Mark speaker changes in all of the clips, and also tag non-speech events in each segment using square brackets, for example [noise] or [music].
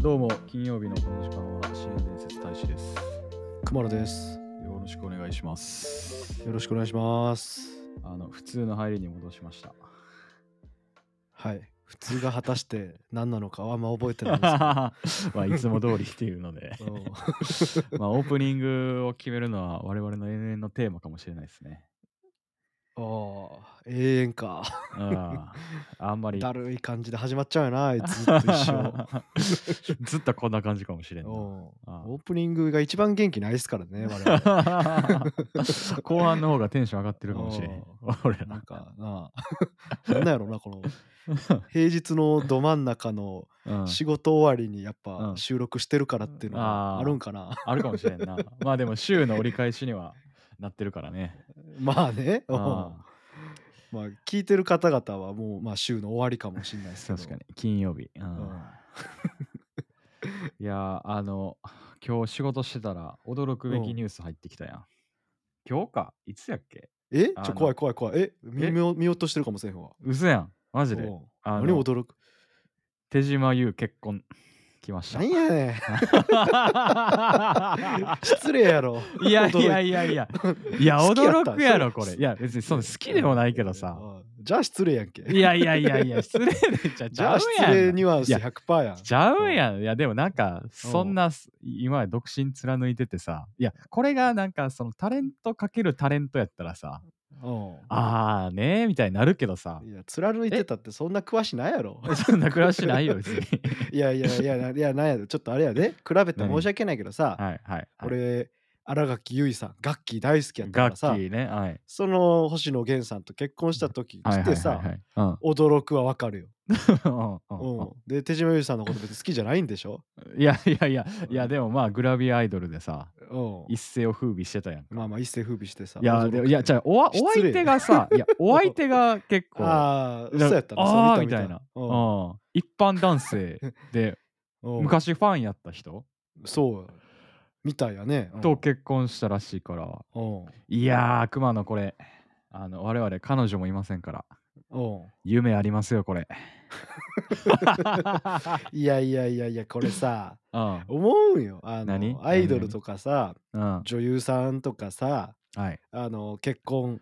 Speaker 1: どうも金曜日のこの時間は新伝説大使です。
Speaker 2: 熊野です。
Speaker 1: よろしくお願いします。
Speaker 2: よろしくお願いします。
Speaker 1: あの普通の入りに戻しま
Speaker 2: [laughs]
Speaker 1: した。
Speaker 2: はい。普通が果たして何なのかはあんま覚えてないんです
Speaker 1: まあいつも通りっていうの
Speaker 2: [laughs]
Speaker 1: で、 [laughs]
Speaker 2: けどうん。
Speaker 1: まあオープニングを決めるのは我々の永遠のテーマかもしれないですね。
Speaker 2: ああ、永遠か。
Speaker 1: ああんまり
Speaker 2: だるい感じで始まっちゃうよな、あいつずっ
Speaker 1: [laughs]
Speaker 2: と一 [laughs]
Speaker 1: ずっとこんな感じかもしれ
Speaker 2: 生。
Speaker 1: ん
Speaker 2: う
Speaker 1: なんあ
Speaker 2: オープニングが一番元気ないですか
Speaker 1: [laughs]
Speaker 2: らね、我々。
Speaker 1: あ後半の方がテンション上がってるかもしれん
Speaker 2: お。
Speaker 1: 俺
Speaker 2: なん
Speaker 1: ら。
Speaker 2: かなあ、 [laughs] なんやろな、この平日のど真ん中の
Speaker 1: うん
Speaker 2: 仕事終わりにやっぱ
Speaker 1: うん
Speaker 2: 収録してるからっていうの
Speaker 1: あ
Speaker 2: が
Speaker 1: ー
Speaker 2: あるんかな。 [laughs]
Speaker 1: あるかもしれんな。まあでも週の折り返しにはなってるからね。
Speaker 2: まあね。うん
Speaker 1: あ
Speaker 2: まあ聞いてる方々はもうまあ週の終わりかもしれないです
Speaker 1: あ
Speaker 2: けど。
Speaker 1: 確かに金曜日。うん
Speaker 2: うん。
Speaker 1: いやーあの今日仕事してたら驚くべ
Speaker 2: う
Speaker 1: き
Speaker 2: ん
Speaker 1: ニュース入ってきたやん。今日かいつやっけ
Speaker 2: え
Speaker 1: あ
Speaker 2: ちょ
Speaker 1: の
Speaker 2: 怖い怖い怖い。え見見よ見落としてるかもしれへんわ。
Speaker 1: 嘘やん。マジで。
Speaker 2: おう
Speaker 1: あ
Speaker 2: 何
Speaker 1: の
Speaker 2: 驚く
Speaker 1: 手島優結婚来ました。
Speaker 2: 何やねん
Speaker 1: [laughs]
Speaker 2: 失礼やろ。
Speaker 1: い [laughs] やい
Speaker 2: 驚
Speaker 1: やいやいや。いや、
Speaker 2: [laughs] 好きやった
Speaker 1: 驚くやろ、
Speaker 2: そ
Speaker 1: こ
Speaker 2: れ
Speaker 1: れ。いや、別にその好きでもないけどさ。
Speaker 2: うん。じゃあ失礼やんけ。
Speaker 1: いやいやいやいや、失礼でちゃち
Speaker 2: じ
Speaker 1: ゃ
Speaker 2: ゃ
Speaker 1: う
Speaker 2: あ失
Speaker 1: や
Speaker 2: 礼
Speaker 1: ん。
Speaker 2: ニュアンス
Speaker 1: いや
Speaker 2: 100%やん。
Speaker 1: ちゃうやん。いや、でもなんか、そんな、今まで独身貫いててさ。いや、これがなんか、そのタレントかけるタレントやったらさ、
Speaker 2: うん
Speaker 1: あーねーみたいになるけどさ。
Speaker 2: いや、貫いてたってそんな詳しない
Speaker 1: [laughs]
Speaker 2: やろ。
Speaker 1: そんな暮らし
Speaker 2: [laughs]
Speaker 1: ないよ、別に。
Speaker 2: いやいやいや、ないや、なんやろ。ちょっとあれやで。比べて申し訳ないけどさ、
Speaker 1: はいはい。はい、
Speaker 2: 俺、新垣結衣さん、楽器大好きやったから
Speaker 1: 楽
Speaker 2: さ、
Speaker 1: 器ね。はい。
Speaker 2: その星野源さんと結婚した時
Speaker 1: はい
Speaker 2: 来
Speaker 1: はい
Speaker 2: て
Speaker 1: は
Speaker 2: さ
Speaker 1: い、はい。うん
Speaker 2: 驚くはわかるよ。
Speaker 1: うんうんう
Speaker 2: うんん、で手島由さんのこと別に好きじゃないんでしょ、
Speaker 1: いやいやいや、
Speaker 2: うん
Speaker 1: いやでもまあグラビアアイドルでさ、
Speaker 2: う
Speaker 1: 一世を風靡してたやんか。
Speaker 2: ん、まあまあ一世風靡してさ
Speaker 1: いや、でもいや、じゃ
Speaker 2: ゃ
Speaker 1: あおわお
Speaker 2: 失
Speaker 1: 相
Speaker 2: 礼
Speaker 1: 手がさ、
Speaker 2: [laughs]
Speaker 1: いや、お相手が結構、
Speaker 2: ああーそうやったな
Speaker 1: あー
Speaker 2: そう
Speaker 1: う
Speaker 2: うん
Speaker 1: ん、一般男性で、
Speaker 2: うん
Speaker 1: 昔ファンやった人
Speaker 2: そうみたいやね、うん、
Speaker 1: と結婚したらしいから、
Speaker 2: うんうん
Speaker 1: いやー、熊野これ、あの、我々彼女もいませんから、夢ありますよ、こ
Speaker 2: [laughs]
Speaker 1: れ。
Speaker 2: いやいやいやいやこれさ [laughs]
Speaker 1: うん、
Speaker 2: 思うんよあ
Speaker 1: 何
Speaker 2: のアイドルとかさ
Speaker 1: うん、
Speaker 2: 女優さんとかさ
Speaker 1: はい。
Speaker 2: あの結婚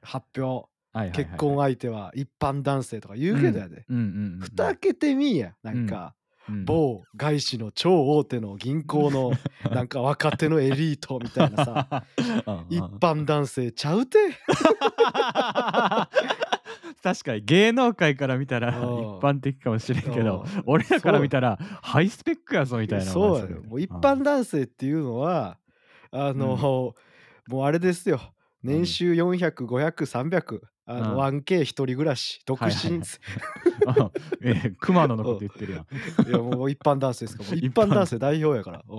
Speaker 2: 発表
Speaker 1: はいはいはいはい
Speaker 2: 結婚相手は一般男性とか言うけどやで、
Speaker 1: うんうんうんうん、
Speaker 2: ふた開けてみいやなんか、
Speaker 1: うん
Speaker 2: 某外資の超大手の銀行
Speaker 1: [laughs]
Speaker 2: のなんか若手のエリートみたいなさ
Speaker 1: うんうん [laughs]
Speaker 2: 一般男性ちゃうて
Speaker 1: 確かに芸能界から見たら一
Speaker 2: うん
Speaker 1: 般的かもしれん [laughs] けど
Speaker 2: う
Speaker 1: 俺らから見たらハイスペックやぞみたいな
Speaker 2: そうやよもう一般男性っていうのはあの、もうあれですよ年収400500300100あ
Speaker 1: うん
Speaker 2: の 1K 一人暮らし独身、
Speaker 1: はいはいはいうんええ熊野のこと言ってるやん
Speaker 2: いやもう一般男性ですかも
Speaker 1: [laughs]
Speaker 2: う
Speaker 1: 一
Speaker 2: 一
Speaker 1: 般
Speaker 2: 般男性代表やからおう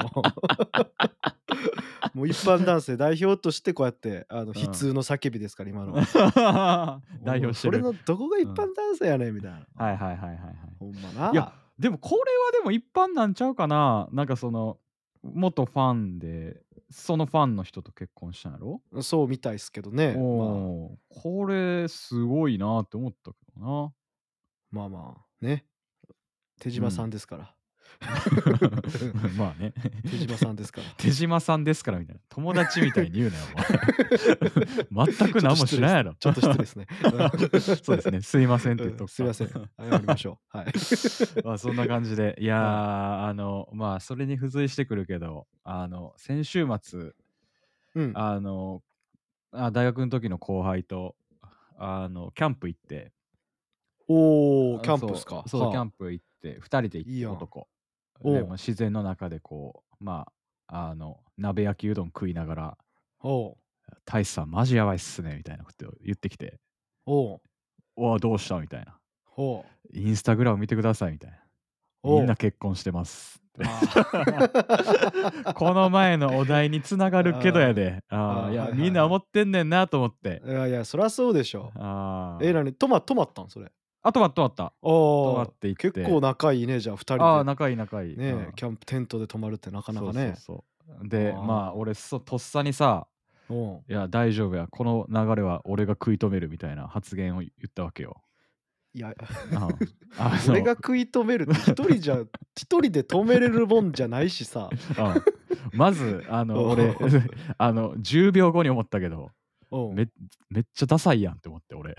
Speaker 1: [laughs]
Speaker 2: もう一般男性代表としてこうやってあの
Speaker 1: ん
Speaker 2: 悲痛の叫びですから今の
Speaker 1: [laughs] 代表して
Speaker 2: お
Speaker 1: る
Speaker 2: うそれのどこが一般男性やねんみたいな、
Speaker 1: はいはいはいはいはい
Speaker 2: ほんまな。
Speaker 1: いやでもこれはでも一般なんちゃうかななんかその元ファンでそのファンの人と結婚したんやろ、
Speaker 2: そうみたいですけどね。まあ
Speaker 1: おーこれすごいなって思ったけどな
Speaker 2: まあまあね。手島さんですから。
Speaker 1: [laughs] まあね。
Speaker 2: [laughs] 手島さんですから。
Speaker 1: 手島さんですからみたいな。友達みたいに言うなよ、お
Speaker 2: [laughs]
Speaker 1: 前。全く何も知らんやろ。
Speaker 2: ちょっと失礼ですね。
Speaker 1: [laughs] そうですね。すいませんって言っと
Speaker 2: うん
Speaker 1: くか
Speaker 2: すいません。謝りましょう。はい。
Speaker 1: [laughs] まあそんな感じで。いやー、あの、まあそれに付随してくるけど、あの、先週末、
Speaker 2: うん。
Speaker 1: あの、あ大学の時の後輩と、あの、キャンプ行って。
Speaker 2: お
Speaker 1: あ
Speaker 2: お、キャンプっすか。
Speaker 1: そう、そうキャ
Speaker 2: ン
Speaker 1: ンプ行って、二人で
Speaker 2: いい
Speaker 1: 行
Speaker 2: や
Speaker 1: っ
Speaker 2: ん
Speaker 1: た男。
Speaker 2: お
Speaker 1: で
Speaker 2: う
Speaker 1: も自然の中でこう、まあ、あの、鍋焼きうどん食いながら、
Speaker 2: プ。おう
Speaker 1: 大志さんマジやばいっすねみたいなことを言ってきて
Speaker 2: おう
Speaker 1: おどうしたみたいな。
Speaker 2: おう
Speaker 1: インスタグラム見てくださいみたいな。
Speaker 2: おう
Speaker 1: みんな結婚してますって。 [laughs]
Speaker 2: あ
Speaker 1: この前のお題につながるけどやで。あ
Speaker 2: あ
Speaker 1: あ
Speaker 2: ー
Speaker 1: いや、
Speaker 2: はいはいはい
Speaker 1: みんな思ってんねんなと思って。
Speaker 2: いやいやそりゃそうでし
Speaker 1: [laughs]
Speaker 2: ょ
Speaker 1: あー
Speaker 2: えなに止ま止まったんそれ
Speaker 1: あ、止まった止まった。止
Speaker 2: あ
Speaker 1: ま
Speaker 2: あ
Speaker 1: っていって。
Speaker 2: 結構仲いいねじゃあ2人で
Speaker 1: ああ、仲いい仲いい。
Speaker 2: ね
Speaker 1: う
Speaker 2: え
Speaker 1: ん
Speaker 2: キャンプテントで泊まるってなかなかね
Speaker 1: そうそうそうで
Speaker 2: あー
Speaker 1: まあ俺そとっさにさ
Speaker 2: うん
Speaker 1: 「いや大丈夫やこの流れは俺が食い止める」みたいな発言を言ったわけ
Speaker 2: [laughs]
Speaker 1: よ。
Speaker 2: い
Speaker 1: [laughs]
Speaker 2: や
Speaker 1: ああ
Speaker 2: 俺が食い止めるって一人じゃ一人で止めれるもんじゃないし
Speaker 1: うん
Speaker 2: さ
Speaker 1: まずあの
Speaker 2: [laughs] おう
Speaker 1: 俺 [laughs] あの10秒後に思ったけど
Speaker 2: うん
Speaker 1: [laughs] めめっちゃダサいやんって思って俺。
Speaker 2: で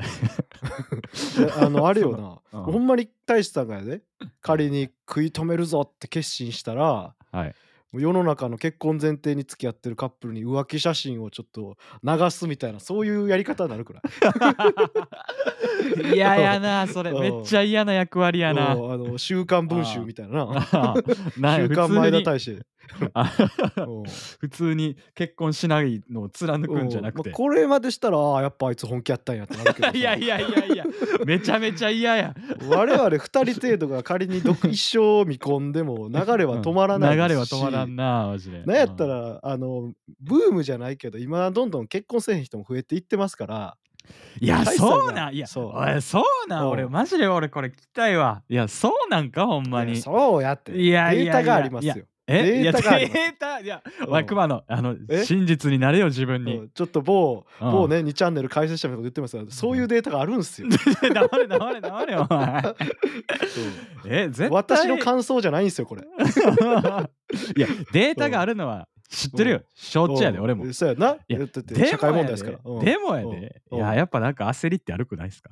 Speaker 2: あのあ
Speaker 1: [laughs]
Speaker 2: れよな
Speaker 1: うん
Speaker 2: ほんまに大志さんがやで仮に食い止めるぞって決心したら
Speaker 1: はい、
Speaker 2: もう世の中の結婚前提に付き合ってるカップルに浮気写真をちょっと流すみたいなそういうやり方になるくらい
Speaker 1: 嫌やなそれ
Speaker 2: うん
Speaker 1: めっちゃ嫌な役割やな。
Speaker 2: もうあの週刊文集みたい
Speaker 1: [laughs]
Speaker 2: なな
Speaker 1: な
Speaker 2: [laughs] 週刊前田
Speaker 1: 普
Speaker 2: 大志
Speaker 1: 通にあ
Speaker 2: うん
Speaker 1: 普通に結婚しないのを貫くんじゃなく
Speaker 2: うんま
Speaker 1: て
Speaker 2: あ。これまでしたらああやっぱあいつ本気やったんやってなるけどさ
Speaker 1: [laughs] いやいやいやいや、めちゃめちゃ嫌や。
Speaker 2: 我々2人程度が仮に独一生見込んでも流れは止まらない
Speaker 1: 流
Speaker 2: ですし
Speaker 1: れは止まらんな、マジで。
Speaker 2: なんやった
Speaker 1: うん
Speaker 2: ら、あのブームじゃないけど今どんどん結婚せえへん人も増えていってますから
Speaker 1: いや、
Speaker 2: 大差が
Speaker 1: そうなん、いや、
Speaker 2: そう
Speaker 1: おいそうなん、
Speaker 2: うん
Speaker 1: 俺、マジで俺、これ聞きたいわ。いや、そうなんか、ほんま
Speaker 2: いや
Speaker 1: に。
Speaker 2: そうやって
Speaker 1: いやいやいや
Speaker 2: データがありますよ
Speaker 1: いえ、いや、デ
Speaker 2: データがあります
Speaker 1: ータ、いや、
Speaker 2: うん
Speaker 1: おい、熊野、あの、
Speaker 2: え
Speaker 1: 真実になれよ、自分
Speaker 2: う
Speaker 1: に。
Speaker 2: んちょっと某、
Speaker 1: うん
Speaker 2: 某ね2チャンネル解説者みたいなこと言ってますがそういうデータがあるんすよ、
Speaker 1: [laughs] 黙れ、黙れ、黙れ、お前。え、絶対。
Speaker 2: 私の感想じゃないんですよこれ
Speaker 1: [laughs] いや、データがあるのは知ってるよ。承知やで、
Speaker 2: うん
Speaker 1: 俺も。
Speaker 2: そうやない
Speaker 1: や
Speaker 2: だって
Speaker 1: でもやで
Speaker 2: 社会問題ですから、うん
Speaker 1: でもやで。
Speaker 2: う
Speaker 1: い
Speaker 2: ん
Speaker 1: や、やっぱなんか焦りって悪くないですか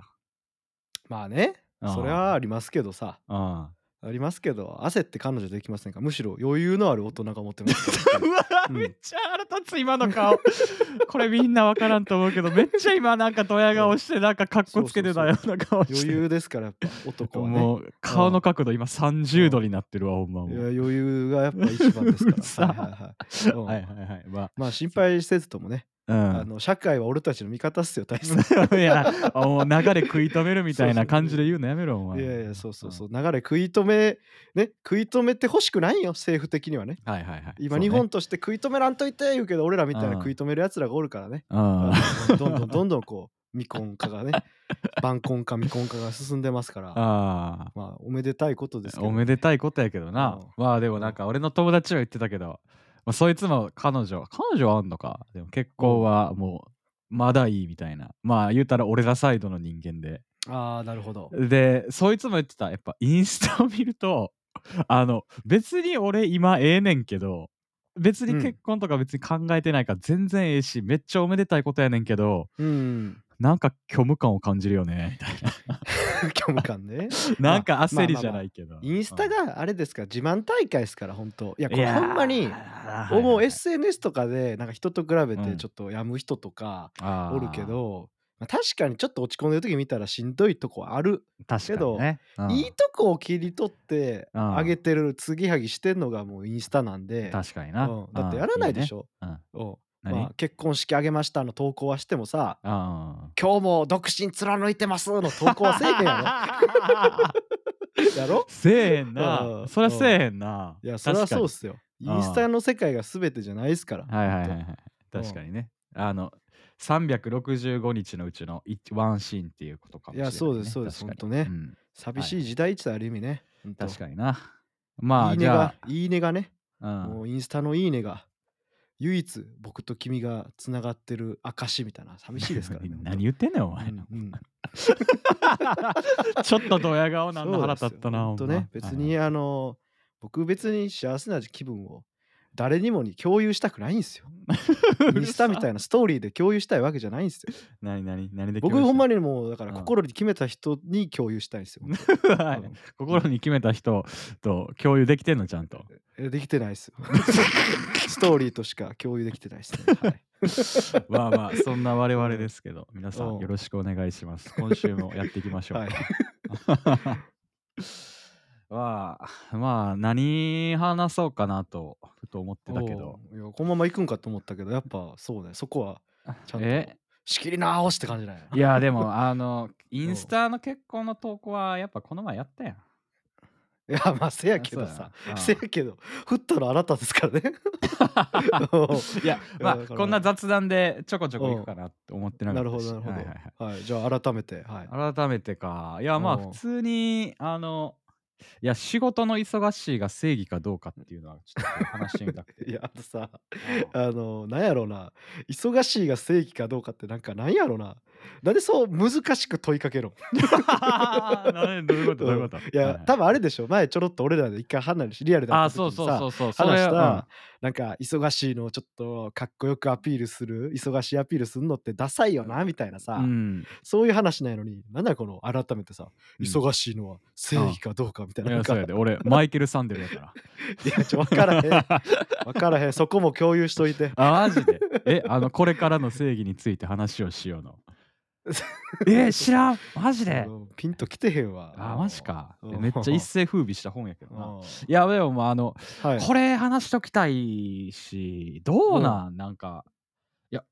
Speaker 2: まあね
Speaker 1: うん
Speaker 2: それはありますけどさ
Speaker 1: うん。
Speaker 2: ありますけど焦って彼女できませんかむしろ余裕のある大人が持ってます
Speaker 1: うわ
Speaker 2: うん
Speaker 1: めっちゃ腹立つ今の顔 [laughs] これみんなわからんと思うけどめっちゃ今なんかドヤ顔してなんかカッコつけてたような顔 [laughs] し
Speaker 2: 余
Speaker 1: てる
Speaker 2: 裕ですからやっぱ男はね
Speaker 1: もう顔の角度今30度になってるわほんまも
Speaker 2: いや
Speaker 1: う
Speaker 2: 余裕がやっぱ一番
Speaker 1: [laughs]
Speaker 2: です
Speaker 1: うる
Speaker 2: か
Speaker 1: さ
Speaker 2: らはいはいはいうん
Speaker 1: はいはいはいま
Speaker 2: まあ心配せずともね、あ
Speaker 1: あ
Speaker 2: の社会は俺たちの味方っすよ
Speaker 1: [laughs]
Speaker 2: 大切
Speaker 1: うん [laughs] いやもう流れ食い止めるみたいな感じで言うのやめろお
Speaker 2: い
Speaker 1: 前
Speaker 2: やいやそうそうそう流れ食い止めね食い止めてほしくないよ政府的にはね
Speaker 1: うんはいはいはいそ
Speaker 2: 今
Speaker 1: うね
Speaker 2: 日本として食い止めらんといて言うけど俺らみたいな
Speaker 1: うん
Speaker 2: 食い止めるやつらがおるからね
Speaker 1: うん
Speaker 2: あのどんどんどんどんこう未婚化
Speaker 1: [laughs]
Speaker 2: がね晩婚化未婚化が進んでますから
Speaker 1: ああ
Speaker 2: まあおめでたいことですけど
Speaker 1: おめでたいことやけどなまあでもなんか俺の友達は言ってたけどまあそいつも彼女彼女はあんのかでも結婚はもうまだいいみたいなまあ言うたら俺らサイドの人間で
Speaker 2: ああなる
Speaker 1: [laughs]
Speaker 2: ほど
Speaker 1: でそいつも言ってたやっぱインスタを見るとあの別に俺今ええねんけど別に結婚とか別に考えてないから全然ええし、めっちゃおめでたいことやねんけど
Speaker 2: うん
Speaker 1: なんか虚無感を感じるよね
Speaker 2: [laughs]
Speaker 1: みたい
Speaker 2: 虚無
Speaker 1: [laughs]
Speaker 2: 感ね
Speaker 1: ななんか焦りじゃないけど、
Speaker 2: インスタがあれですから自慢大会ですから本当いやこ
Speaker 1: い
Speaker 2: れ
Speaker 1: やー
Speaker 2: ほんまに
Speaker 1: はい
Speaker 2: 思う
Speaker 1: はい
Speaker 2: SNS とかでなんか人と比べ
Speaker 1: う
Speaker 2: て
Speaker 1: ん
Speaker 2: ちょっとやむ人とか
Speaker 1: あー
Speaker 2: おるけど、まあ、確かにちょっと落ち込んでる時見たらしんどいとこある、
Speaker 1: 確か
Speaker 2: けど
Speaker 1: にね、うん
Speaker 2: いいとこを切り取って
Speaker 1: うん
Speaker 2: 上げてる継ぎはぎしてんのがもうインスタなんで、
Speaker 1: 確かにな、
Speaker 2: うん、だってやらないでし
Speaker 1: ょ、
Speaker 2: ょ、
Speaker 1: うん
Speaker 2: うん
Speaker 1: 何、
Speaker 2: まあ、結婚式あげましたの投稿はしてもさ
Speaker 1: あー
Speaker 2: 今日も独身貫いてますの投稿はせえへんやろやろ
Speaker 1: [laughs] せえへんな
Speaker 2: うん
Speaker 1: そりゃせえへんない
Speaker 2: やそれはそうっ
Speaker 1: す
Speaker 2: すよイ
Speaker 1: に
Speaker 2: ンスタの世界が全てじゃないですから
Speaker 1: はいはいはいはい
Speaker 2: うん
Speaker 1: 確かにねあの365日のうちの一ワンシーンっていうことかもしれない、ね、
Speaker 2: いやそうですそうです
Speaker 1: 確かに
Speaker 2: ほんとね
Speaker 1: うん
Speaker 2: 寂しい時代一だある意味ね、本当
Speaker 1: 確かになまあ
Speaker 2: いい
Speaker 1: じ
Speaker 2: ね
Speaker 1: ゃ
Speaker 2: がいいねがね
Speaker 1: あ、うん。
Speaker 2: もうインスタのいいねが唯一僕と君がつながってる証みたいな寂しいですからね
Speaker 1: [laughs] 何言ってんねんお前、
Speaker 2: うんうん
Speaker 1: [laughs] ちょっとドヤ顔なん
Speaker 2: そ
Speaker 1: の
Speaker 2: う
Speaker 1: 腹
Speaker 2: です
Speaker 1: 立
Speaker 2: よ
Speaker 1: ったな
Speaker 2: ほんとね、別にあの僕別に幸せな気分を誰にもに共有したくないんですよ。インスタみた
Speaker 1: い
Speaker 2: いなストーリーで共有したいわけじゃない
Speaker 1: [laughs]
Speaker 2: んですよ。
Speaker 1: な [laughs] 何何何で
Speaker 2: 僕ほんま
Speaker 1: [laughs] に
Speaker 2: にもうだから
Speaker 1: うん
Speaker 2: 心に決めた人に共有したいんですよ。ほんとうん
Speaker 1: 心に決めた人と共有できてんのちゃん
Speaker 2: [laughs]
Speaker 1: と
Speaker 2: えできてないですよ。 [laughs] ストーリーとしか共有できてないで
Speaker 1: [laughs]
Speaker 2: すね。はい
Speaker 1: まあまあそんな我々ですけど皆さ
Speaker 2: うんん
Speaker 1: よろしくお願いします今週もやっていきましょう、
Speaker 2: はい
Speaker 1: まあまあ何話そうかなとふと思ってたけど
Speaker 2: おういやこのまま行くんかと思ったけどやっぱそうねそこはちゃんと
Speaker 1: え
Speaker 2: 仕切り直しって感じ [laughs] だよ。
Speaker 1: いや、でも、あの、インスタの結婚の投稿は、やっぱこの前やったやん。
Speaker 2: いや、まあ、せやけど [laughs] さ。
Speaker 1: あ。そ
Speaker 2: せ
Speaker 1: う
Speaker 2: やけど、振ったのあなたですからね。
Speaker 1: だ [laughs] な
Speaker 2: [laughs]
Speaker 1: うんいや、まあ、
Speaker 2: だから
Speaker 1: こんな雑談でちょこちょこいくかなって思ってなか
Speaker 2: な
Speaker 1: っ
Speaker 2: る
Speaker 1: た
Speaker 2: ほ
Speaker 1: し
Speaker 2: ど、なるほど。
Speaker 1: はいはいはい
Speaker 2: はい、じゃあ改めて、はい。
Speaker 1: 改めてか。いや、まあ、
Speaker 2: うん
Speaker 1: 普通に、あの、いや、仕事の忙しいが正義かどうかっていうのは、ちょっと話してみたくて。
Speaker 2: いやあとさ
Speaker 1: うん
Speaker 2: あのなんやろうな忙しいが正義かどうかってなんかなんやろうななんでそう難しく問いかけるん
Speaker 1: なんでどういうことどういうこと
Speaker 2: いや多分あれでしょ前ちょろっと俺らで一回離れしリアルだ
Speaker 1: あ
Speaker 2: っ
Speaker 1: あ、
Speaker 2: た時
Speaker 1: そう
Speaker 2: にさ
Speaker 1: そうそうそう。それ
Speaker 2: 話し
Speaker 1: は
Speaker 2: た、なんか忙しいのをちょっとかっこよくアピールする忙しいアピールするのってダサいよなみたいなさ、
Speaker 1: うん。
Speaker 2: そういう話ないのになんだこの改めてさ、
Speaker 1: うん
Speaker 2: 忙しいのは正義かどうかみたい
Speaker 1: い
Speaker 2: ななん
Speaker 1: や、
Speaker 2: か
Speaker 1: そうやで。俺、マイケル・サンデルやか
Speaker 2: いやちょ分
Speaker 1: [laughs]
Speaker 2: [laughs] からへん
Speaker 1: ら。
Speaker 2: 分からへんそこも共有しといて
Speaker 1: あ、マジで。え、あの、これからの正義について話をしようの。え、知らんマジ
Speaker 2: [laughs]
Speaker 1: で
Speaker 2: うんピンときてへんわ
Speaker 1: あ、マジか。
Speaker 2: うん
Speaker 1: めっちゃ一世風靡した本やけど
Speaker 2: うん
Speaker 1: な。
Speaker 2: はい
Speaker 1: や、でも、まあ、あの、
Speaker 2: い
Speaker 1: これ話しときたいし、どうなんなんか、いや、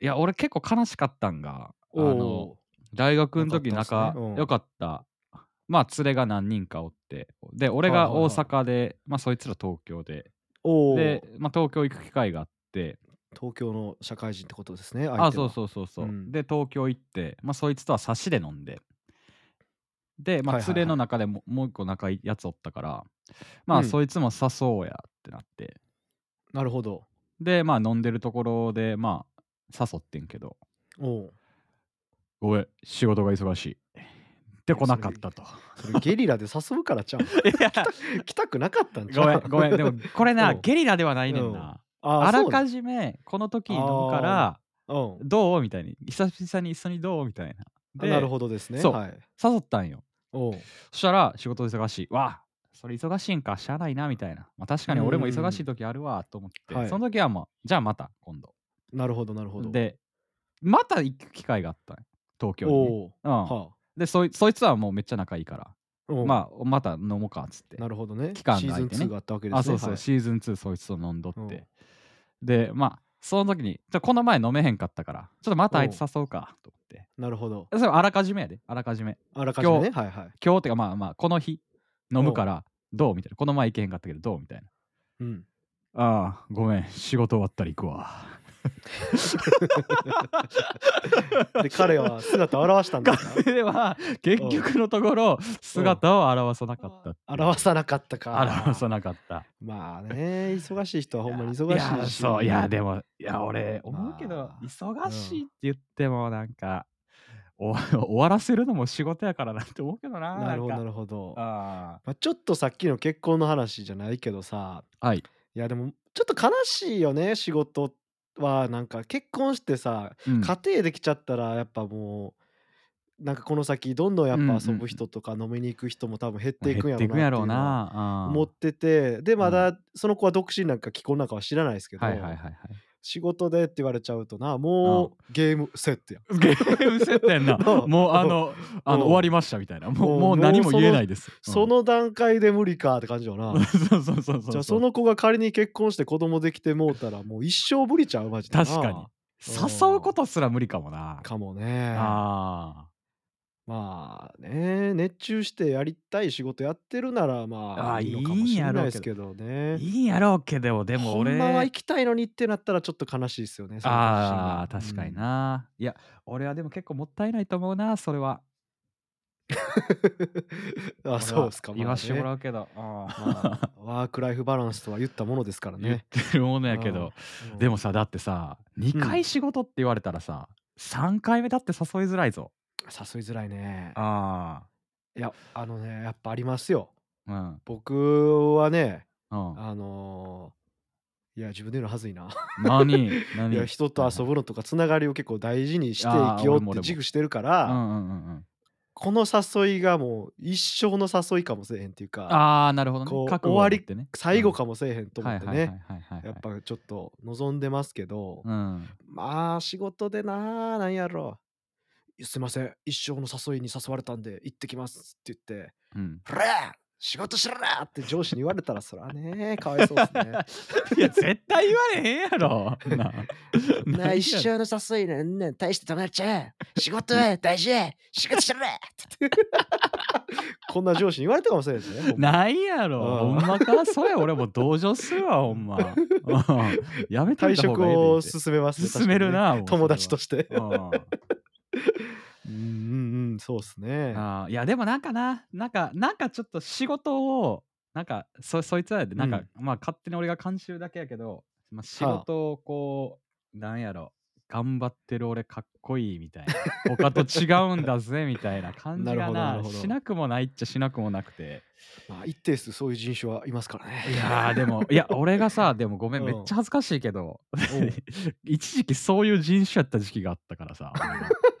Speaker 1: いや、俺結構悲しかったんが、あの、
Speaker 2: お
Speaker 1: 大学の時
Speaker 2: よかったん
Speaker 1: 仲
Speaker 2: すねうん
Speaker 1: 良かったまあ連れが何人かおってで俺
Speaker 2: はい
Speaker 1: が
Speaker 2: はいはい
Speaker 1: 大阪でまあそいつら東京で
Speaker 2: おお
Speaker 1: でまあ東京行く機会があって
Speaker 2: 東京の社会人ってことですね
Speaker 1: あそう
Speaker 2: う
Speaker 1: そうそうそう
Speaker 2: うん
Speaker 1: で東京行ってまあそいつとは差しで飲んででまあ
Speaker 2: はいはいは
Speaker 1: 連れ
Speaker 2: い
Speaker 1: の中でももう一個仲いいやつおったからま
Speaker 2: う
Speaker 1: あ
Speaker 2: ん
Speaker 1: そいつも誘そうやってなって
Speaker 2: なるほど
Speaker 1: でまあ飲んでるところでまあ誘ってんけど
Speaker 2: おお
Speaker 1: ごめん仕事が忙しいで来なかったと。
Speaker 2: それゲリラで誘うからちゃ
Speaker 1: [laughs]
Speaker 2: う
Speaker 1: いや
Speaker 2: 来たくなかったんちゃ
Speaker 1: ご
Speaker 2: う
Speaker 1: めん [laughs] ごめんでもこれな
Speaker 2: うん
Speaker 1: ゲリラではないねんな、
Speaker 2: あ
Speaker 1: あら
Speaker 2: そうな
Speaker 1: か
Speaker 2: ん
Speaker 1: じめこの時に飲むから
Speaker 2: うん
Speaker 1: どうみたいに久々に一緒にどうみたいな
Speaker 2: あ
Speaker 1: で
Speaker 2: なるほどですね
Speaker 1: そう
Speaker 2: はい
Speaker 1: 誘ったんよ
Speaker 2: おう
Speaker 1: そしたら仕事忙しいわあそれ忙しいんかしゃあないなみたいな、まあ、確かに俺も忙しい時あるわと思って、
Speaker 2: うんはい
Speaker 1: その時はもうじゃあまた今度
Speaker 2: なるほどなるほど
Speaker 1: でまた行く機会があったんよ東京に
Speaker 2: お
Speaker 1: ね、
Speaker 2: お
Speaker 1: うん
Speaker 2: うは
Speaker 1: でそいそいつはもうめっちゃ仲いいから、
Speaker 2: あおう
Speaker 1: まあまた飲もうかっつって
Speaker 2: なるほどね
Speaker 1: 期間が
Speaker 2: シーズ
Speaker 1: 空
Speaker 2: ン
Speaker 1: いてね
Speaker 2: 2があったわけですね
Speaker 1: あそうそう、
Speaker 2: はい
Speaker 1: シーズン2そいつと飲んどって、
Speaker 2: うん
Speaker 1: でまあその時にちょこの前飲めへんかったからちょっとまたあいつ誘うかと思って
Speaker 2: なるほど
Speaker 1: それあらかじめやであらかじめ
Speaker 2: あらかじめねはいはい
Speaker 1: 今日ってかまあまあこの日飲むからどうみたいなこの前行けへんかったけどどうみたいな
Speaker 2: うん
Speaker 1: ああごめん仕事終わったら行くわ
Speaker 2: で彼は姿を現したん
Speaker 1: [laughs]
Speaker 2: ですか
Speaker 1: では結局のところ姿を表さなかったっていう
Speaker 2: 表さなかったか
Speaker 1: 表さなかった
Speaker 2: まあね忙しい人はほんまに
Speaker 1: いや
Speaker 2: 忙しいし
Speaker 1: そういやでもいや俺思うけど
Speaker 2: まあ
Speaker 1: 忙しいって言ってもなんか、お [laughs] 終わらせるのも仕事やからなって思うけどな
Speaker 2: なるほど
Speaker 1: ん
Speaker 2: な
Speaker 1: か
Speaker 2: るほど
Speaker 1: あ
Speaker 2: まあ、ちょっとさっきの結婚の話じゃないけどさ
Speaker 1: ーはい、
Speaker 2: いやでもちょっと悲しいよね仕事はなんか結婚してさ
Speaker 1: うん
Speaker 2: 家庭できちゃったらやっぱもうなんかこの先どんどんやっぱ遊ぶ人とか飲みに行く人も多分減っていく
Speaker 1: 減
Speaker 2: んや
Speaker 1: ってい
Speaker 2: ろ
Speaker 1: く
Speaker 2: うん
Speaker 1: や
Speaker 2: なってい
Speaker 1: ろ
Speaker 2: う
Speaker 1: う
Speaker 2: のは
Speaker 1: なあー
Speaker 2: 思っててでまだその子は独身なんか既婚なんかは知らないですけど
Speaker 1: はいはいはいはい
Speaker 2: 仕事でって言われちゃうとなもうゲームセットやん
Speaker 1: ゲーム設定
Speaker 2: [laughs]
Speaker 1: な
Speaker 2: うん
Speaker 1: もうあのあの
Speaker 2: うん
Speaker 1: 終わりましたみたいなも
Speaker 2: う
Speaker 1: うんもう何も
Speaker 2: もうその
Speaker 1: 言えないですうん
Speaker 2: その段階で無理かって感じよな
Speaker 1: そうそうそうそう
Speaker 2: じゃあその子が仮に結婚して子供できてもうたらもう一生無理ちゃうマジでな
Speaker 1: 確かに誘うことすら無理かもな
Speaker 2: かもね
Speaker 1: あ
Speaker 2: まあね熱中してやりたい仕事やってるならま
Speaker 1: あ
Speaker 2: あ
Speaker 1: ー
Speaker 2: いいのかもし
Speaker 1: いいん
Speaker 2: れない
Speaker 1: やろう
Speaker 2: で
Speaker 1: け
Speaker 2: す
Speaker 1: ど
Speaker 2: けど
Speaker 1: ー
Speaker 2: ね
Speaker 1: いいんやろうけどでも俺
Speaker 2: ほんまは行きたいのにってなったらちょっと悲しいですよねその感じが
Speaker 1: あー確かにな、いや俺はでも結構もったいないと思うなそれは
Speaker 2: うん [laughs] あ
Speaker 1: 俺は
Speaker 2: そうですか
Speaker 1: 言わしても
Speaker 2: う
Speaker 1: らうけど、あー
Speaker 2: ワークライフバランスとは言ったものですから
Speaker 1: 言っ
Speaker 2: ね
Speaker 1: てるものやけど、
Speaker 2: うん
Speaker 1: でもさだってさ2回仕事って言われたらさ、3回目だって誘いづらいぞ
Speaker 2: 誘いづらいね
Speaker 1: あ
Speaker 2: いやあのねやっぱありますよ
Speaker 1: あうん
Speaker 2: 僕はね
Speaker 1: うん
Speaker 2: あのーいや自分で言うのはずいな。
Speaker 1: [laughs] 何
Speaker 2: い
Speaker 1: [laughs] 何
Speaker 2: や人と遊ぶのとかつながりを結構大事にして
Speaker 1: あ
Speaker 2: 生
Speaker 1: ー
Speaker 2: きよう
Speaker 1: 俺も俺
Speaker 2: って
Speaker 1: も
Speaker 2: 自負してるか
Speaker 1: はいはい
Speaker 2: ら
Speaker 1: うんうんうんうん
Speaker 2: この誘いがもう一生の誘いかもせえへんっていうか
Speaker 1: ああなるほどね
Speaker 2: こう
Speaker 1: 覚悟を持ってね
Speaker 2: 最後かもせえへんと思
Speaker 1: は
Speaker 2: っ
Speaker 1: い
Speaker 2: て
Speaker 1: はいはいはい
Speaker 2: ね
Speaker 1: はいはい
Speaker 2: やっぱちょっと望んでますけど
Speaker 1: うん
Speaker 2: まあ仕事でなあなんやろすいません一生の誘いに誘われたんで行ってきますって言って
Speaker 1: うん
Speaker 2: 「フレー仕事しろなって上司に言われたらそらねかわ [laughs] いそうですね
Speaker 1: いや、絶対言われへんやろ。 [laughs] な
Speaker 2: [laughs] なあ一生の誘いなんなん大して友達や仕事は大事や仕事しろって言って [laughs] こんな上司に言われたかもしれないですね
Speaker 1: [laughs]
Speaker 2: ほんま
Speaker 1: ないやろ。ほ
Speaker 2: うん
Speaker 1: んまかそれ俺もう同情す
Speaker 2: [laughs]
Speaker 1: るわ、ほんま。うんやめとい
Speaker 2: 退
Speaker 1: た方
Speaker 2: 職
Speaker 1: がいいで
Speaker 2: を
Speaker 1: って。
Speaker 2: 進めますね
Speaker 1: 進めるな、もう
Speaker 2: 確かにね友達と
Speaker 1: そ
Speaker 2: して
Speaker 1: れは。うん
Speaker 2: [laughs] うんうんうんそうですね
Speaker 1: あーいやでもなんかななんかなんかちょっと仕事をなんかそそいつらでなんか、まあ勝手に俺が監修だけやけど、まあ、仕事をこう、なんやろ頑張ってる俺かっこいいみたいな他と違うんだぜみたいな感じ
Speaker 2: [laughs] なる
Speaker 1: が
Speaker 2: ほどな
Speaker 1: な
Speaker 2: るほど
Speaker 1: しなくもないっちゃしなくもなくて
Speaker 2: まあ一定数そういう人種はいますからね
Speaker 1: いやーでもいや俺がさでもごめん、
Speaker 2: うん
Speaker 1: めっちゃ恥ずかしいけど
Speaker 2: [laughs] おう
Speaker 1: [laughs] 一時期そういう人種やった時期があったからさ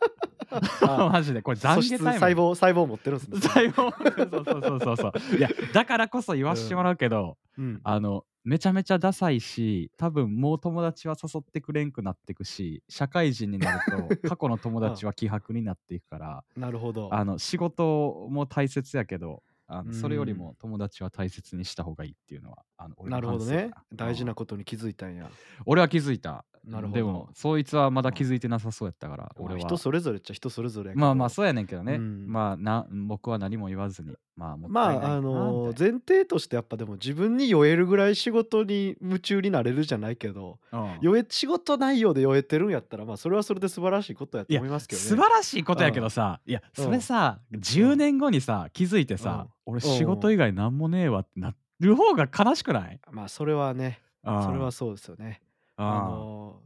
Speaker 1: 俺が [laughs]
Speaker 2: あ
Speaker 1: マジでこれ懺
Speaker 2: 素質
Speaker 1: 悔タイム
Speaker 2: 細胞細胞持ってるんで
Speaker 1: [laughs]
Speaker 2: すね
Speaker 1: 細胞そうそうそうそうそういやだからこそ言わしてもらうけど、
Speaker 2: うん
Speaker 1: あのめちゃめちゃダサいし多分もう友達は誘ってくれんくなってくし社会人になる
Speaker 2: [laughs]
Speaker 1: と過去の友達は希薄になっていくから
Speaker 2: なるほど
Speaker 1: あの仕事も大切やけどあ
Speaker 2: うん
Speaker 1: のそれよりも友達は大切にした方がいいっていうのはあの俺の
Speaker 2: なるほど
Speaker 1: 反省や
Speaker 2: ね大事
Speaker 1: う
Speaker 2: なんことに気づいたんや
Speaker 1: 俺は気づいた
Speaker 2: なるほど
Speaker 1: でもそいつはまだ気づいてなさそうやったから
Speaker 2: まあ
Speaker 1: 俺は
Speaker 2: 人それぞれっちゃ人それぞれやけど
Speaker 1: まあまあそうやねんけどね、
Speaker 2: うん
Speaker 1: まあな僕は何も言わずにまあもったいない
Speaker 2: ま
Speaker 1: な
Speaker 2: ああの
Speaker 1: みたい
Speaker 2: 前提としてやっぱでも自分に酔えるぐらい仕事に夢中になれるじゃないけど
Speaker 1: なうん
Speaker 2: 酔え仕事内容で酔えてるんやったらまあそれはそれで素晴らしいことやと
Speaker 1: いや
Speaker 2: 思いますけどね
Speaker 1: 素晴らしいことやけどさ、いやそれさ、10年後にさ気づいてさ、俺仕事以外何もねえわってなる方が悲しくない、
Speaker 2: まあそれはね
Speaker 1: うん
Speaker 2: それはそうですよね
Speaker 1: うん
Speaker 2: あの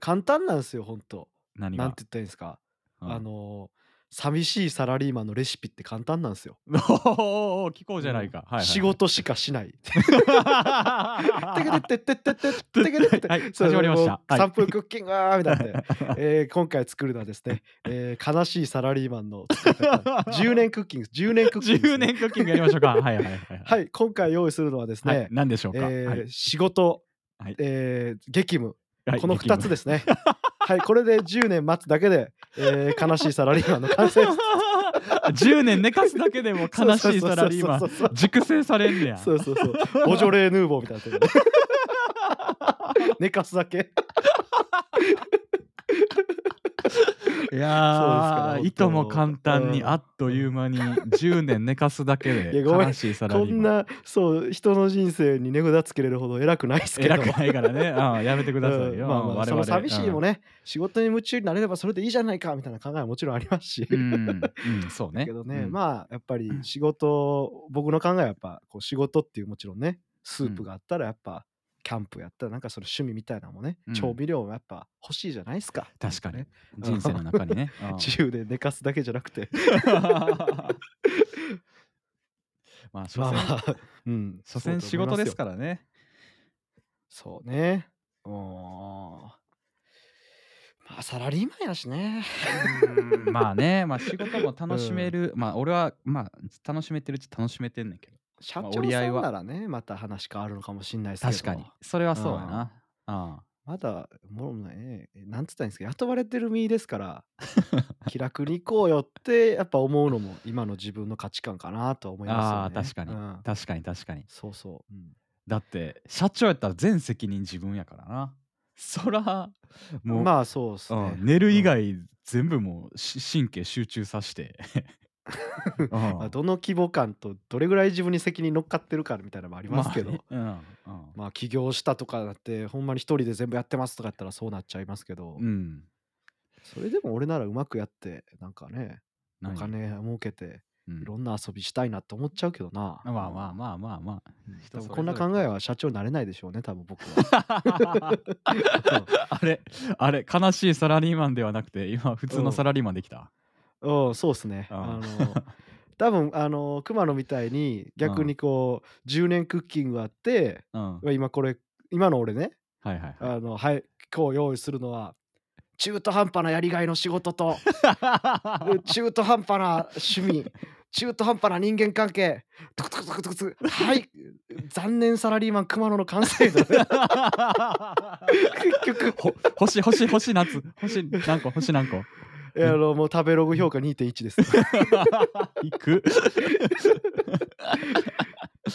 Speaker 2: 簡単なんですよ本当
Speaker 1: 何が
Speaker 2: なんて言ったらいいんですか
Speaker 1: うん
Speaker 2: あの寂しいサラリーマンのレシピって簡単なんですよ
Speaker 1: おーおーおー聞こうじゃないか、はいはいはい
Speaker 2: 仕事しかしないてけてってってってってってけてって
Speaker 1: はい
Speaker 2: そう
Speaker 1: 始まりましたはい
Speaker 2: 3分クッキングみたいなね
Speaker 1: [laughs]
Speaker 2: えー今回作るのはですね、えー悲しいサラリーマンの作り方10年クッキングです10年クッキングです
Speaker 1: 10
Speaker 2: ね、
Speaker 1: 年クッキングやりましょうかはいはいはいはい
Speaker 2: はい今回用意するのはですね、
Speaker 1: はい何でしょうか、
Speaker 2: えー
Speaker 1: はい
Speaker 2: 仕事、
Speaker 1: はい
Speaker 2: えー激務
Speaker 1: はい
Speaker 2: この2つですすねはいこれで10年待つだけで、えー悲しいサラリーマンの完
Speaker 1: [laughs]
Speaker 2: 成
Speaker 1: 10年寝かすだけでも悲しいサラリーマン
Speaker 2: そうそう
Speaker 1: 熟成されんねや
Speaker 2: そうそうそうそうボジョレーヌーボーみたいな
Speaker 1: [laughs]
Speaker 2: とこね寝かすだけ
Speaker 1: いや
Speaker 2: そうですから
Speaker 1: ーいとも簡単に
Speaker 2: うん
Speaker 1: あっという間に10年寝かすだけ
Speaker 2: いや
Speaker 1: で
Speaker 2: ごめん
Speaker 1: 悲しいサラ
Speaker 2: こ
Speaker 1: リー
Speaker 2: ん
Speaker 1: マン。
Speaker 2: なそう人の人生に値札つけれるほど偉くないですけど
Speaker 1: 偉くないからね、うんやめてください
Speaker 2: うん
Speaker 1: よ。
Speaker 2: まあ
Speaker 1: うん
Speaker 2: まあ
Speaker 1: 我
Speaker 2: そ
Speaker 1: 々
Speaker 2: の寂しいも
Speaker 1: ね。
Speaker 2: ね、仕事に夢中になれればそれでいいじゃないかみたいな考えはもちろんありますし、
Speaker 1: うん、うんうんそうね。
Speaker 2: けどね、
Speaker 1: うん
Speaker 2: まあやっぱり仕事、僕の考えはやっぱこう仕事っていうもちろんねスープがあったらやっぱキャンプやったらなんかその趣味みたいなのもね、
Speaker 1: うん
Speaker 2: 調味料もやっぱ欲しいじゃないですか
Speaker 1: 確かに
Speaker 2: ね、
Speaker 1: 人生の中に
Speaker 2: [laughs]
Speaker 1: ね。うん
Speaker 2: 自由で寝かすだけじゃなくて
Speaker 1: [laughs] まあ、所
Speaker 2: まあ
Speaker 1: 詮、
Speaker 2: まあ [laughs] うん
Speaker 1: 所詮仕事です
Speaker 2: ら
Speaker 1: からね。
Speaker 2: そうねうんまあサラリーマンやしね
Speaker 1: うんまあね、まあ仕事も楽しめる、まあ俺は、まあ楽しめてるっちゃ楽しめてんねんけど。
Speaker 2: 社
Speaker 1: まあ
Speaker 2: 長
Speaker 1: 折り合
Speaker 2: さ
Speaker 1: い
Speaker 2: ん
Speaker 1: は
Speaker 2: ならねまた話変わるのかもしれないですけど
Speaker 1: 確かに。それはそうやな。あ
Speaker 2: まだもうねえなんつったらいいんですか雇われてる身ですから
Speaker 1: [laughs]
Speaker 2: 気楽に行こうよってやっぱ思うのも今の自分の価値観かなとは思いますよね
Speaker 1: あー確かに
Speaker 2: うん
Speaker 1: あ確かに確かに。
Speaker 2: そうそう、うん
Speaker 1: だって社長やったら全責任自分やからなそらもう、
Speaker 2: まあそうです
Speaker 1: うん
Speaker 2: ね、
Speaker 1: 寝る以外全部もうし神経集中させ
Speaker 2: [laughs]
Speaker 1: て、うん
Speaker 2: まあどの規模感とどれぐらい自分に責任乗っかってるかみたいなのもありますけど、まあ
Speaker 1: まあねうんうん
Speaker 2: 起業したとかだってほんまに一人で全部やってますとかやったらそうなっちゃいますけど、
Speaker 1: うん
Speaker 2: それでも俺ならうまくやってなんかねお
Speaker 1: 何
Speaker 2: 金儲けて
Speaker 1: うん
Speaker 2: いろんな遊びしたいなと思っちゃうけどな。
Speaker 1: まあまあまあまあまあ
Speaker 2: うん
Speaker 1: 人
Speaker 2: 多分
Speaker 1: それ
Speaker 2: こんな
Speaker 1: ぞれ
Speaker 2: 考えは社長になれないでしょうね、多分僕
Speaker 1: [laughs]
Speaker 2: は。
Speaker 1: あれあれ悲しいサラリーマンではなくて今普通のサラリーマンできた、
Speaker 2: うん、そうですね。あ
Speaker 1: あ
Speaker 2: の多分あの熊野みたいに逆にこう10年クッキングあって、
Speaker 1: うん、はい
Speaker 2: 今これ今の俺ね、
Speaker 1: はいはい
Speaker 2: あのはい今日用意するのは中途半端なやりがいの仕事と中途半端な趣味。中途半端な人間関係、トクトクトクトクトクはい、残念サラリーマン熊野の完成度結
Speaker 1: [laughs]
Speaker 2: 局 [laughs]
Speaker 1: ほ星星星夏星何個星何個
Speaker 2: いやあのもう食べログ評価2.1です。
Speaker 1: 行 [laughs] く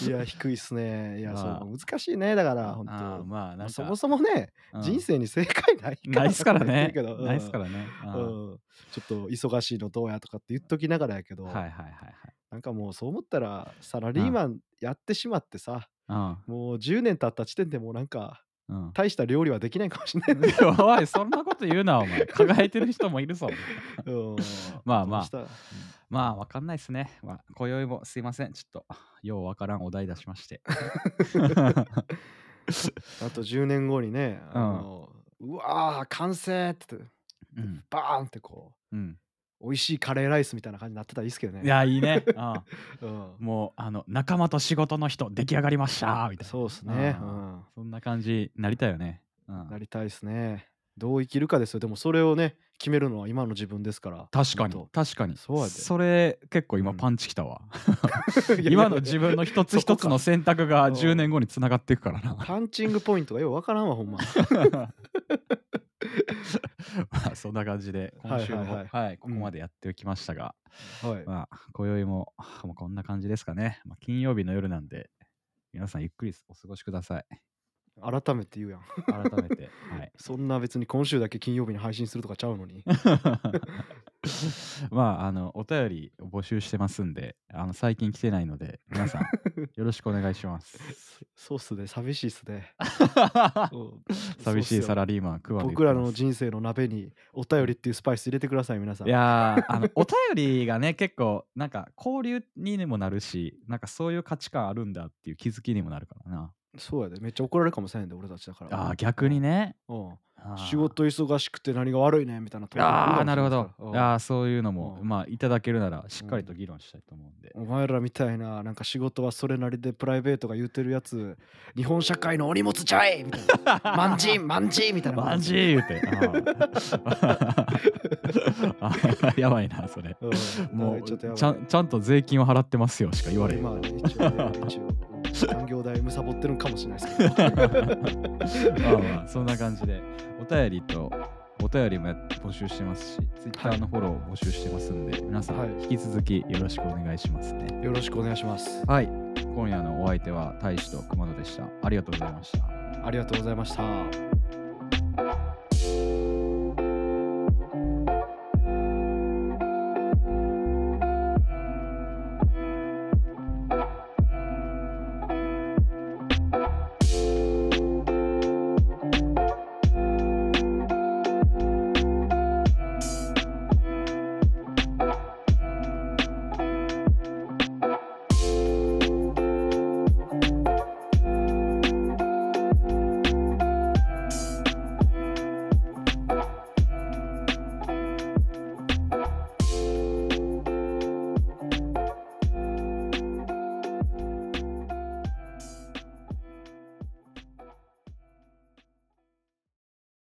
Speaker 2: いや低いっすね。いや
Speaker 1: まあ
Speaker 2: そう難しいねだから本当。
Speaker 1: あー
Speaker 2: ま
Speaker 1: まあなん
Speaker 2: あ
Speaker 1: か
Speaker 2: そもそも
Speaker 1: う
Speaker 2: ね、
Speaker 1: ん
Speaker 2: 人生に正解ないから
Speaker 1: ないっすからね
Speaker 2: とか言ってるけど
Speaker 1: ないっすからね
Speaker 2: うん
Speaker 1: うん
Speaker 2: うんちょっと忙しいのどうやとかって言っときながらやけど、
Speaker 1: はいはいはい
Speaker 2: なんかもうそう思ったらサラリーマンやってしまってさ、
Speaker 1: はい
Speaker 2: もう10年経った時点でもうなんか
Speaker 1: うん
Speaker 2: [laughs]
Speaker 1: うん
Speaker 2: 大した料理はできないかもしれないね。
Speaker 1: おいそんなこと言うなお前輝いてる人もいるぞ
Speaker 2: うん
Speaker 1: まあまあ
Speaker 2: どうしたら
Speaker 1: まあわかんないっすね、まあ、今宵もすいませんちょっとようわからんお題出しまして
Speaker 2: [laughs] あと10年後にね、
Speaker 1: うん
Speaker 2: あのうわー完成って
Speaker 1: うん
Speaker 2: バーンってこ
Speaker 1: うん
Speaker 2: う美味しいカレーライスみたいな感じになってたらいいですけどね。
Speaker 1: いやいいね、うん
Speaker 2: うん、
Speaker 1: もうあの仲間と仕事の人出来上がりましたみたいな
Speaker 2: そうですね、う
Speaker 1: あー
Speaker 2: ん。
Speaker 1: そんな感じになりたいよね、うん
Speaker 2: なりたいですね。どう生きるかですよ。でもそれをね、決めるのは今の自分ですから。
Speaker 1: 確かに
Speaker 2: 本
Speaker 1: 確かに
Speaker 2: そうやで
Speaker 1: れ結構
Speaker 2: う
Speaker 1: 今
Speaker 2: ん
Speaker 1: パンチきたわ、
Speaker 2: 当 [laughs] いやいやいや
Speaker 1: 今の自分の一つ一つの選択が
Speaker 2: そこか
Speaker 1: 10年後につながっていくから
Speaker 2: [laughs]
Speaker 1: な
Speaker 2: パンチングポイントがようわからんわ、ほ
Speaker 1: [laughs]
Speaker 2: んま。
Speaker 1: まあそんな感じで今週も
Speaker 2: はい
Speaker 1: は
Speaker 2: はいい
Speaker 1: ここまでやってきましたが、
Speaker 2: はい。
Speaker 1: まあ今宵ももうこんな感じですかね、まあ、金曜日の夜なんで皆さんゆっくりお過ごしください
Speaker 2: 改めて言うやん。
Speaker 1: 改めてはい
Speaker 2: そんな別に今週だけ金曜日に配信するとかちゃう
Speaker 1: [laughs]
Speaker 2: のに。
Speaker 1: まああのお便りを募集してますんであの最近来てないので皆さんよろしくお願いし
Speaker 2: [laughs]
Speaker 1: ます
Speaker 2: そうっすね、寂しいっすね。うん [laughs]
Speaker 1: 寂しいサ
Speaker 2: そうっ
Speaker 1: ラリーマンク
Speaker 2: す
Speaker 1: ワ
Speaker 2: よ
Speaker 1: で
Speaker 2: 僕らの
Speaker 1: 言って
Speaker 2: 人生の鍋にお便りっていうスパイス入れてください、皆さ
Speaker 1: ま
Speaker 2: ん。
Speaker 1: すいやーあの [laughs] お便りがね結構なんか交流にもなるしなんかそういう価値観あるんだっていう気づきにもなるからな
Speaker 2: そうやで、めっちゃ怒られるかもしれんで、俺たちだから。
Speaker 1: あー逆にね
Speaker 2: うん。
Speaker 1: あー
Speaker 2: 仕事忙しくて何が悪いねみたいなところ
Speaker 1: あー
Speaker 2: 来
Speaker 1: なる
Speaker 2: か
Speaker 1: ほ
Speaker 2: もしれ
Speaker 1: ど
Speaker 2: んからうん
Speaker 1: あーそういうのも
Speaker 2: うん
Speaker 1: まあいただけるならしっかりと議論したいと思うん
Speaker 2: [laughs]
Speaker 1: で
Speaker 2: お前らみたいな、なんか仕事はそれなりでプライベートが言うてるやつ、日本社会のお荷物ちゃいみたいな。マンジン、マンジンみたいな。
Speaker 1: マジ言うて。あー [laughs] やばいな、それ。
Speaker 2: うん
Speaker 1: もう
Speaker 2: ちょっとやばい
Speaker 1: ちゃんちゃんと税金を払ってますよしか言われる。
Speaker 2: まあね、一応ね、一応うん
Speaker 1: [laughs]
Speaker 2: 残業代むさぼってるんかもしれないですけど。
Speaker 1: まあまあそんな感じで、お便りとお便りもや募集してますし、Twitter のフォローを募集してますんで、皆さ
Speaker 2: は
Speaker 1: ん
Speaker 2: い
Speaker 1: 引き続きよろしくお願いしますね。
Speaker 2: よろしくお願いします。
Speaker 1: はい、今夜のお相手は大使と熊野でした。ありがとうございました。
Speaker 2: ありがとうございました。